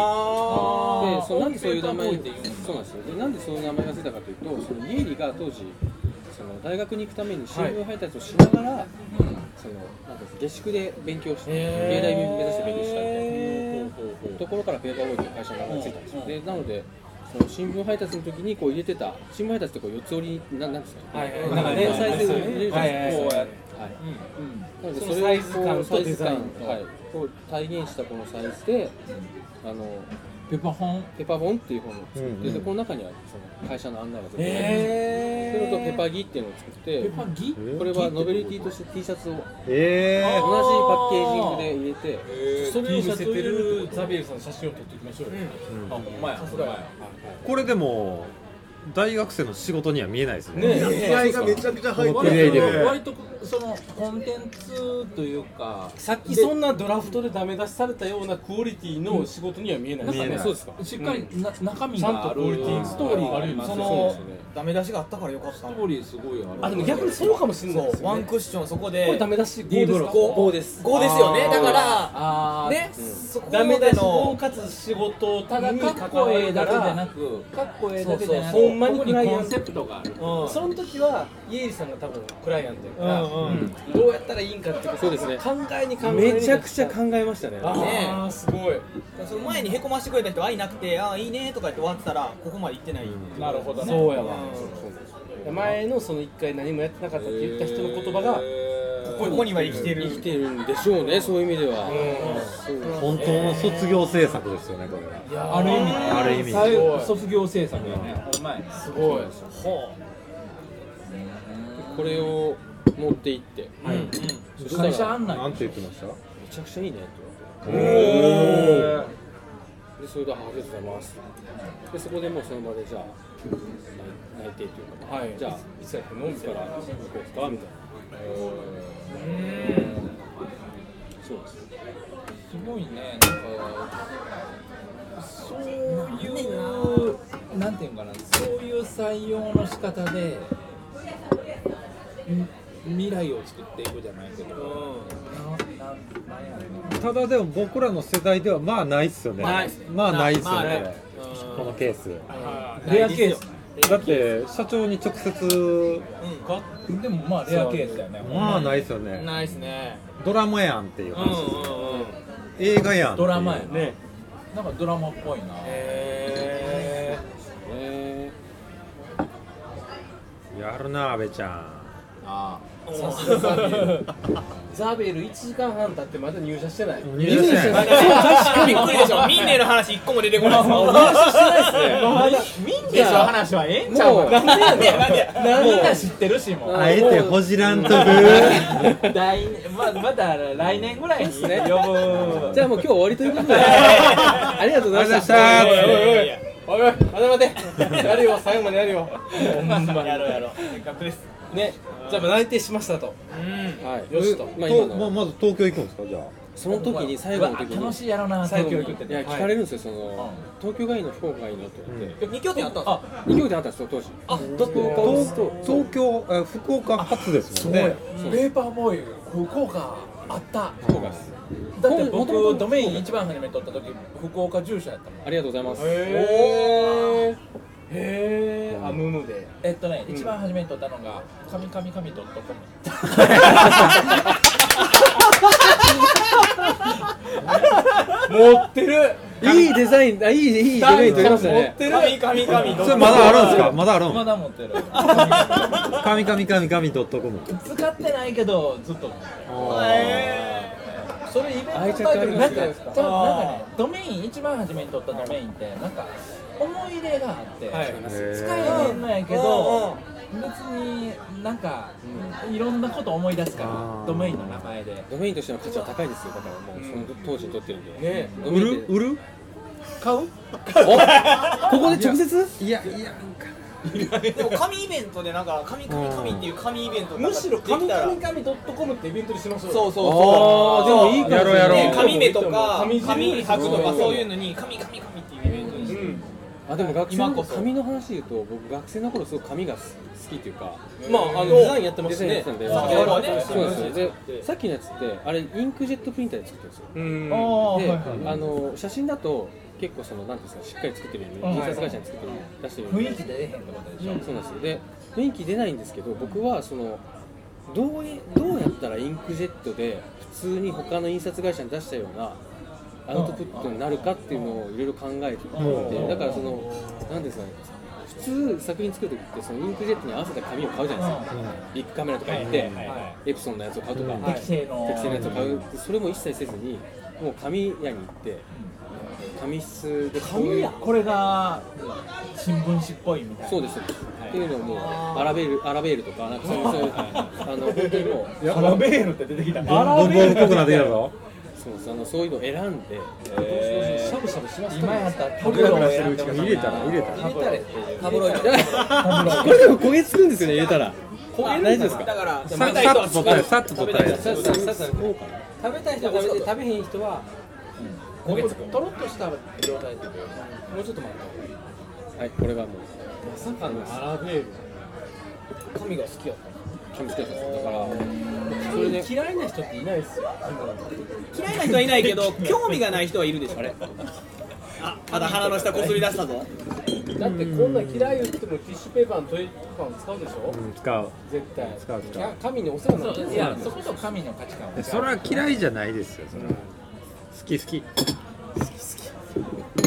[SPEAKER 3] イ
[SPEAKER 5] そのなんでそういう名前でそうなんですよ。で、なんでそういう名前がついたかというと、その家入が当時。その大学に行くために新聞配達をしながら、そのなんか下宿で勉強して、芸大目指して勉強したみたいな。ところからペーパーボーイという会社の名前がついたんですよ、でなのでその新聞配達の時にこう入れてた新聞配達ってこう四つ折りにななんですかね、
[SPEAKER 10] はいはい
[SPEAKER 5] なんか連載する入れるじゃないですかこうや
[SPEAKER 10] は
[SPEAKER 5] っ
[SPEAKER 10] い
[SPEAKER 5] て、はいなの
[SPEAKER 10] そ
[SPEAKER 5] で
[SPEAKER 10] の
[SPEAKER 5] それを
[SPEAKER 10] サイズ感
[SPEAKER 5] こう
[SPEAKER 10] とデザインと
[SPEAKER 5] はい、こう体現したこのサイズであの
[SPEAKER 4] ペパホン。
[SPEAKER 5] ペパボンっていう本を作って、
[SPEAKER 7] うんうん
[SPEAKER 5] でこの中にはその会社の案内が全部入ってるんですよそれ
[SPEAKER 10] え
[SPEAKER 5] とペパギっていうのを作って
[SPEAKER 4] ペパギ？
[SPEAKER 5] これはノベルティとして T シャツを同じ
[SPEAKER 7] え
[SPEAKER 5] パ
[SPEAKER 7] え
[SPEAKER 5] ッケージングで入れて
[SPEAKER 10] ーそれを社長入れるザビエルさんの写真を撮っていきましょうよ
[SPEAKER 4] あ、ほんまや。さすがや。
[SPEAKER 7] これでも大学生の仕事には見えないですね
[SPEAKER 10] ねえ
[SPEAKER 12] 気合がめちゃくちゃ入って
[SPEAKER 7] クリエイティブ
[SPEAKER 12] る
[SPEAKER 4] 割とそのコンテンツというか、
[SPEAKER 10] さっきそんなドラフトでダメ出しされたようなクオリティの仕事には見えないです
[SPEAKER 7] 見えない
[SPEAKER 5] そうですか
[SPEAKER 4] しっかりな中身
[SPEAKER 10] ちゃん
[SPEAKER 4] が
[SPEAKER 10] と
[SPEAKER 4] あ
[SPEAKER 10] クオリ
[SPEAKER 4] る
[SPEAKER 10] ティストーリーがあるんです
[SPEAKER 3] そ
[SPEAKER 10] よ
[SPEAKER 3] のダメ出しがあったからよかった
[SPEAKER 4] ストーリーすごいある。
[SPEAKER 10] あでも逆にそうかもしれないです
[SPEAKER 3] そう
[SPEAKER 10] よ
[SPEAKER 3] ワン
[SPEAKER 10] ね
[SPEAKER 3] クッションそこ
[SPEAKER 10] こ
[SPEAKER 3] で
[SPEAKER 10] れダメ出し
[SPEAKER 3] D
[SPEAKER 10] 5
[SPEAKER 3] ブ
[SPEAKER 10] で
[SPEAKER 3] ロ
[SPEAKER 10] すか
[SPEAKER 3] ック5です5ですよねだから
[SPEAKER 4] あー
[SPEAKER 3] ねそこ
[SPEAKER 10] ダメ
[SPEAKER 3] で
[SPEAKER 10] 出し5
[SPEAKER 3] の
[SPEAKER 10] かつ仕事をた
[SPEAKER 4] た
[SPEAKER 10] だ
[SPEAKER 4] だ
[SPEAKER 10] か
[SPEAKER 4] か
[SPEAKER 10] っ
[SPEAKER 4] っこ
[SPEAKER 10] こえ
[SPEAKER 4] え
[SPEAKER 10] え
[SPEAKER 4] え
[SPEAKER 10] だ
[SPEAKER 4] だけ
[SPEAKER 10] ら
[SPEAKER 4] じゃなく、かっこええだけじゃなく、
[SPEAKER 10] そうそうほんまに
[SPEAKER 4] ここにコンセプトがある。
[SPEAKER 10] その時は家入さんが多分クライアントやから、どうやったらいいんかっていう
[SPEAKER 5] そうですね
[SPEAKER 10] 考えに考え
[SPEAKER 5] めちゃくちゃ考えましたね
[SPEAKER 10] あ
[SPEAKER 3] ね
[SPEAKER 10] あーすごい
[SPEAKER 3] その前にへこましてくれた人愛なくてああいいねとか言って終わってたらここまで行ってない
[SPEAKER 10] なるほどねそうやわ
[SPEAKER 3] う
[SPEAKER 10] 前のその一回何もやってなかったって言った人の言葉がここ
[SPEAKER 3] ここには生きてる
[SPEAKER 5] 生きてるんでしょうねそういう意味では、
[SPEAKER 7] 本当の卒業制作ですよねこれは
[SPEAKER 4] ある意味
[SPEAKER 7] ある意味
[SPEAKER 4] 最後卒業制作よねほんまや
[SPEAKER 8] すごい
[SPEAKER 5] これを持っていって、そしたら
[SPEAKER 4] 会社案内
[SPEAKER 7] なんて言ってました
[SPEAKER 5] めちゃくちゃいいねって
[SPEAKER 7] おお
[SPEAKER 5] でそれで「ありがとうございます」でそこでもうその場でじゃあ内定というか、じゃあいつやって飲むから行こうかみたいなそうです
[SPEAKER 4] すごいね、なんか、そういう、なんていうのかな、そういう採用の仕方で、ん未来を作っていくじゃないけど、ななんなんやろう
[SPEAKER 7] ただでも僕らの世代ではまあないっすよね
[SPEAKER 8] ない
[SPEAKER 7] まあないっすよね
[SPEAKER 8] うん
[SPEAKER 7] このケース
[SPEAKER 4] なレアケース、
[SPEAKER 7] だって社長に直接
[SPEAKER 4] でもまあレアケースだよね、
[SPEAKER 7] まあないっすよね
[SPEAKER 8] ないです ね
[SPEAKER 7] ドラマやんってい
[SPEAKER 8] う
[SPEAKER 7] う
[SPEAKER 8] んう
[SPEAKER 7] 話
[SPEAKER 8] ん
[SPEAKER 7] ですよ
[SPEAKER 8] うん
[SPEAKER 7] 映画やんってい
[SPEAKER 4] ド
[SPEAKER 7] う
[SPEAKER 4] ラマやな、
[SPEAKER 8] ね
[SPEAKER 4] なんかドラマっぽいな、
[SPEAKER 8] へ
[SPEAKER 5] ね
[SPEAKER 7] やるな阿部ちゃん
[SPEAKER 4] あ
[SPEAKER 8] え
[SPEAKER 10] さすがザビエルザビエル1時間半経ってまだ入社してない
[SPEAKER 7] 入社してない
[SPEAKER 3] びっくりで しょミンネの話一個も出てこない
[SPEAKER 10] 入社して ないですね
[SPEAKER 4] いやその話はええんちゃう
[SPEAKER 5] もう
[SPEAKER 4] かな
[SPEAKER 3] なんでなんで
[SPEAKER 4] みんな知ってるしもう
[SPEAKER 7] あえてほじらんとく
[SPEAKER 4] 来年ままだ来年ぐらいに呼ぶ
[SPEAKER 5] じゃあもう今日終わりということでありがとうございました
[SPEAKER 7] ありがとうございました
[SPEAKER 3] いやいや
[SPEAKER 10] おいおい待て待てや るよ最後までやるよ
[SPEAKER 3] ほんまにやろうやろうせっかくです
[SPEAKER 10] ねじゃあ内定しましたと
[SPEAKER 5] はい
[SPEAKER 10] よしと
[SPEAKER 5] まあ今
[SPEAKER 7] とま
[SPEAKER 5] の
[SPEAKER 7] まず東京行くんですかじゃあ
[SPEAKER 5] その時に最後の時
[SPEAKER 4] うわ楽
[SPEAKER 5] に
[SPEAKER 4] しいやろな
[SPEAKER 10] 最後
[SPEAKER 4] 東
[SPEAKER 10] の
[SPEAKER 4] 京行くって
[SPEAKER 5] いや聞かれるんですよその東京がいいの福岡がいいのって言って
[SPEAKER 3] 二拠点あったんですか
[SPEAKER 5] 二曲であったんですよ当時
[SPEAKER 10] あだって
[SPEAKER 7] 東東京え福岡発ですもんね
[SPEAKER 4] ペーパーボーイ福岡あった
[SPEAKER 5] 福岡です
[SPEAKER 4] だって
[SPEAKER 5] ほん元々
[SPEAKER 4] 僕ドメイン一番初め取った時福岡住所やったもん
[SPEAKER 5] ありがとうございます
[SPEAKER 10] へえへえあムムで
[SPEAKER 4] えっとね一番初めに取ったのが神神神ドットコム
[SPEAKER 10] 持ってる
[SPEAKER 5] いいデザインあいいいいデザインつけましたね
[SPEAKER 10] 持って
[SPEAKER 3] 神
[SPEAKER 10] る
[SPEAKER 3] 神神
[SPEAKER 7] それまだあるんですかまだある
[SPEAKER 4] ま
[SPEAKER 7] ん
[SPEAKER 4] だ持ってる
[SPEAKER 7] かみかみかみかみ .com
[SPEAKER 4] 使ってないけどずっと持ってるそれイベント
[SPEAKER 5] 愛着ありま
[SPEAKER 4] なん
[SPEAKER 5] す
[SPEAKER 4] かな
[SPEAKER 5] ね
[SPEAKER 4] んかねドメイン一番初めに取ったドメインってなんか思い入れがあって、使えへんのやけど別になんか、いろんなこと思い出すか
[SPEAKER 7] あ
[SPEAKER 4] ら
[SPEAKER 7] ー
[SPEAKER 4] ドメインの名前で
[SPEAKER 5] ドメインとしての価値は高いですよだからもうその当時に撮ってるんで
[SPEAKER 10] ね
[SPEAKER 5] ドメ
[SPEAKER 7] 売
[SPEAKER 5] イン
[SPEAKER 7] る
[SPEAKER 5] って
[SPEAKER 7] 売る
[SPEAKER 4] 買う
[SPEAKER 5] おここで直接
[SPEAKER 7] いやいや
[SPEAKER 3] でも神イベントでなんか神神神っていう神イベント
[SPEAKER 10] むしろ「
[SPEAKER 3] で
[SPEAKER 10] カ
[SPEAKER 3] き
[SPEAKER 10] ミ
[SPEAKER 3] たら
[SPEAKER 10] カ
[SPEAKER 3] そ
[SPEAKER 10] ミカミドットコム」ってイベントにしましょう
[SPEAKER 3] うそう
[SPEAKER 5] あ
[SPEAKER 3] そう
[SPEAKER 5] ーでもいいかも
[SPEAKER 7] やろうやろう
[SPEAKER 3] ね神目とか
[SPEAKER 10] 神
[SPEAKER 3] 神
[SPEAKER 10] 汁
[SPEAKER 3] 白とかそういうのに神神神っていうイベントにして
[SPEAKER 5] あでも学生の
[SPEAKER 3] 今こそ
[SPEAKER 5] 髪の話で言うと僕学生の頃すごく髪が好きっていうか
[SPEAKER 10] まああのデザインやってま
[SPEAKER 5] デ
[SPEAKER 10] す
[SPEAKER 5] ザ
[SPEAKER 10] し
[SPEAKER 5] イ
[SPEAKER 10] ね
[SPEAKER 5] ンやってたんで
[SPEAKER 3] そう
[SPEAKER 5] で
[SPEAKER 3] あれはね
[SPEAKER 5] そうなんですよでさっきのやつってあれインクジェットプリンターで作ってるんです
[SPEAKER 10] うん
[SPEAKER 5] よ
[SPEAKER 4] あー
[SPEAKER 5] で、
[SPEAKER 4] はいはい
[SPEAKER 5] あの写真だと結構そのなんていうんですかしっかり作ってるように印刷会社に作ってるように出してるように
[SPEAKER 4] 雰囲気出えへんってことでしょ、
[SPEAKER 5] そうなんですよで雰囲気出ないんですけど僕はそのどういどうやったらインクジェットで普通に他の印刷会社に出したようなアウトプットになるかっていうのをいろいろ考えて
[SPEAKER 7] う
[SPEAKER 5] て
[SPEAKER 7] ん
[SPEAKER 5] だからその何ですかね普通作品作る時ってそのインクジェットに合わせた紙を買うじゃないですかビッグカメラとか行ってエプソンのやつを買うとか
[SPEAKER 7] うん
[SPEAKER 4] 適正の
[SPEAKER 5] 適正なやつを買うってそれも一切せずにもう紙屋に行って紙質でこういう
[SPEAKER 4] これが新聞紙っぽいみたいな
[SPEAKER 5] そうですそうです、っていうのをもうアラベールアラベールとかなんかそういう そういうあの本当にもう
[SPEAKER 4] アラベールって出てきた
[SPEAKER 7] ボ
[SPEAKER 4] ア
[SPEAKER 7] ンボ
[SPEAKER 4] ラ
[SPEAKER 7] ン
[SPEAKER 4] ベール
[SPEAKER 7] っぽくなってきたぞ
[SPEAKER 5] そうですあのそういうのを選んで
[SPEAKER 10] しゃぶしゃぶします
[SPEAKER 4] 今やったらタブロイドやって
[SPEAKER 7] 入れたら入れたら
[SPEAKER 4] 入れたれタブ
[SPEAKER 5] こ
[SPEAKER 4] ロイド
[SPEAKER 5] れでも焦げつくんですよね入れたら大丈夫ですか
[SPEAKER 3] だから食
[SPEAKER 7] さ
[SPEAKER 3] べたい
[SPEAKER 7] さ
[SPEAKER 3] 人
[SPEAKER 7] っ
[SPEAKER 3] は
[SPEAKER 7] と取ったらさ
[SPEAKER 5] さ
[SPEAKER 7] っと取ったら
[SPEAKER 5] っさっさこうか
[SPEAKER 10] 食
[SPEAKER 5] な
[SPEAKER 10] べたい人は食べて食べへん人は
[SPEAKER 4] 焦げつく
[SPEAKER 10] とろっとした状態でもうちょっと待って
[SPEAKER 5] はいこれがもう
[SPEAKER 10] まさかのアラベール神が好きやっ
[SPEAKER 5] 紙付けたんですよだから
[SPEAKER 10] たそれで嫌いな人っていないですよ
[SPEAKER 3] 嫌いな人はいないけど興味がない人はいるでしょあまだ鼻の下こすり出したぞ
[SPEAKER 10] だってこんなん嫌い言ってもティッシュペーパーのトイレパン使うでしょ
[SPEAKER 7] うん使う
[SPEAKER 10] 絶対
[SPEAKER 7] 使う使う
[SPEAKER 10] いや神にお世話になってる
[SPEAKER 4] いやそこと神の価値観は違う
[SPEAKER 7] それは嫌いじゃないですよそれは好き好き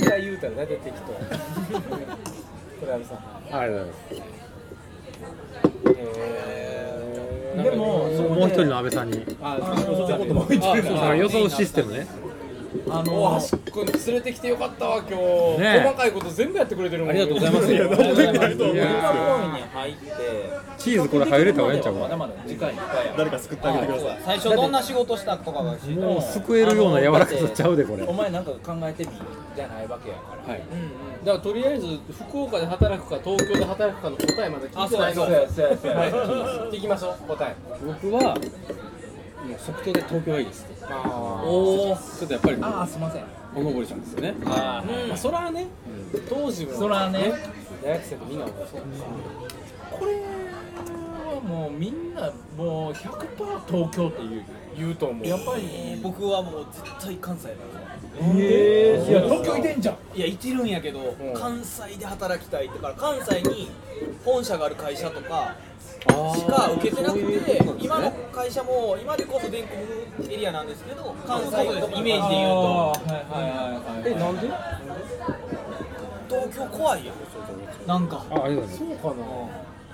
[SPEAKER 10] 嫌い言うたら大体適当これあれさん
[SPEAKER 7] ありがとうございます
[SPEAKER 10] へえ
[SPEAKER 5] な
[SPEAKER 4] でもそこで
[SPEAKER 7] もう一人の安倍さんに
[SPEAKER 4] あ
[SPEAKER 7] あ予想システムね
[SPEAKER 4] あ
[SPEAKER 8] お
[SPEAKER 4] の
[SPEAKER 8] はしっこに連れてきてよかったわ今日、
[SPEAKER 7] ね
[SPEAKER 8] 細かいこと全部やってくれてるもん
[SPEAKER 7] ありがとうございます
[SPEAKER 8] いやなんでないと思う
[SPEAKER 7] いや
[SPEAKER 4] カ公園に入って
[SPEAKER 7] チーズこれ入れた方がええんちゃうか
[SPEAKER 4] まだまだ時間いっぱいや
[SPEAKER 12] 誰か救ってあげてください
[SPEAKER 3] 最初どんな仕事したとかが知りたい
[SPEAKER 7] もう救えるような柔らかさちゃうでこれ
[SPEAKER 4] お前なんか考えてみじゃないわけやから
[SPEAKER 5] はい
[SPEAKER 8] だからとりあえず福岡で働くか東京で働くかの答えまで聞いてないの
[SPEAKER 4] そうやそうやそうや
[SPEAKER 8] はい聞きましょう答え
[SPEAKER 5] 僕はもう即答で東京がいいですって
[SPEAKER 4] おお
[SPEAKER 5] ちょっとやっぱり
[SPEAKER 4] ああすいません
[SPEAKER 5] おのぼりちゃんですよね
[SPEAKER 4] あー
[SPEAKER 8] まあそらね当時
[SPEAKER 4] そ
[SPEAKER 8] の
[SPEAKER 4] らね
[SPEAKER 8] 大学生のみんなもそう
[SPEAKER 4] これはもうみんなもう100%東京って言う
[SPEAKER 8] 言うと思う
[SPEAKER 4] やっぱり
[SPEAKER 3] 僕はもう絶対関西だ
[SPEAKER 8] え
[SPEAKER 4] いや東京いてんじゃん
[SPEAKER 3] いやいてるんやけど、関西で働きたいってから関西に本社がある会社とかしか受けてなくて今の会社も今でこそ全国エリアなんですけど関西のイメージで言うと
[SPEAKER 4] はいはいはいはい
[SPEAKER 5] なんで
[SPEAKER 3] 東京怖いやんなんか
[SPEAKER 7] あありがとうございます
[SPEAKER 8] そうかな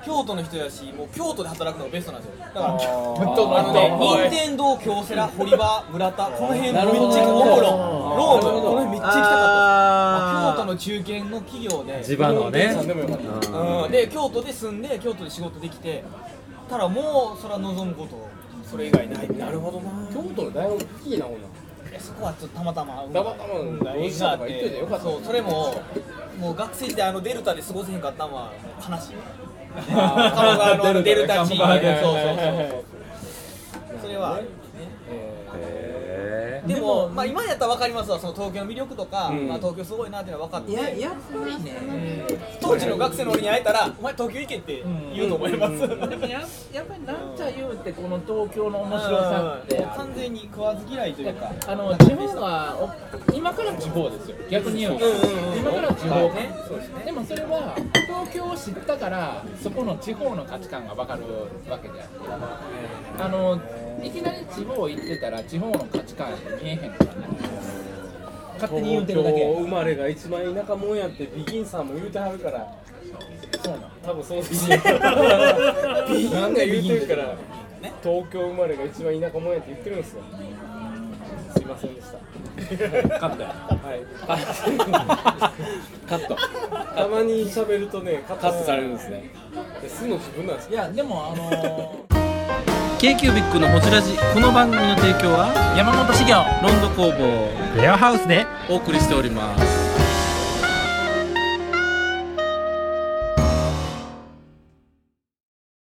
[SPEAKER 3] 京都の人やしもう京都で働くのがベストなんですよだから
[SPEAKER 8] ぶっ飛ぶ
[SPEAKER 3] あのね、
[SPEAKER 8] ぶっ飛ぶ
[SPEAKER 3] 任天堂、京セラ、堀場、村田、この辺めっちゃ
[SPEAKER 5] なるほど
[SPEAKER 3] おもろ、ローム、この辺めっちゃ行きたかった。京都
[SPEAKER 12] あ
[SPEAKER 3] の中堅の企業で、
[SPEAKER 7] 地場のね
[SPEAKER 8] さんでもよかった
[SPEAKER 7] うん
[SPEAKER 3] うん、で京都で住んで京都で仕事できてたらもうそれは望むことそれ以外ないなるほどな
[SPEAKER 8] 京都の大学大きいなほんな
[SPEAKER 3] そこはちょっとたまたま
[SPEAKER 8] たまたま
[SPEAKER 3] うん
[SPEAKER 8] どうしたとか言っといてよかった
[SPEAKER 3] そうそれももう学生時代あのデルタで過ごせへんかったんは悲しい
[SPEAKER 8] あー
[SPEAKER 3] カモがあのデ
[SPEAKER 8] デ
[SPEAKER 3] ル
[SPEAKER 8] ル
[SPEAKER 3] タ
[SPEAKER 8] タ
[SPEAKER 3] チーム
[SPEAKER 8] カモが
[SPEAKER 3] そうそうそうそうそれはあるよね
[SPEAKER 7] へ
[SPEAKER 3] でも、まあ、今やったら分かりますわその東京の魅力とか、まあ、東京すごいなっていうのは分かって
[SPEAKER 13] やっぱりね、
[SPEAKER 3] 当時の学生の俺に会えたら「お前東京行け」って言うと思います、
[SPEAKER 4] で もややっぱりなんちゃ言うってこの東京の面白さってあ
[SPEAKER 3] 完全に食わず嫌いというか
[SPEAKER 4] るあの地方はお今から地方ですよ逆に言うと今から地方ねでもそれは東京を知ったからそこの地方の価値観が分かるわけであのいきなり地方行ってたら地方の価値観見えへんからね勝手に言うてるだけ
[SPEAKER 5] 東京生まれが一番田舎もんやってビギンさんも言うてはるから
[SPEAKER 4] そうなの
[SPEAKER 5] 多分そうですよビギンが言うてるから東京生まれが一番田舎もんやって言ってるんですよすいませんでした
[SPEAKER 8] カットや
[SPEAKER 5] はいカットたまに喋るとねカットされるんですねですの自分なんです
[SPEAKER 4] いやでもあの
[SPEAKER 2] k q b i c のホジラジこの番組の提供は
[SPEAKER 4] 山本修行
[SPEAKER 2] ロンド工房
[SPEAKER 7] えレアハウスで
[SPEAKER 2] お送りしております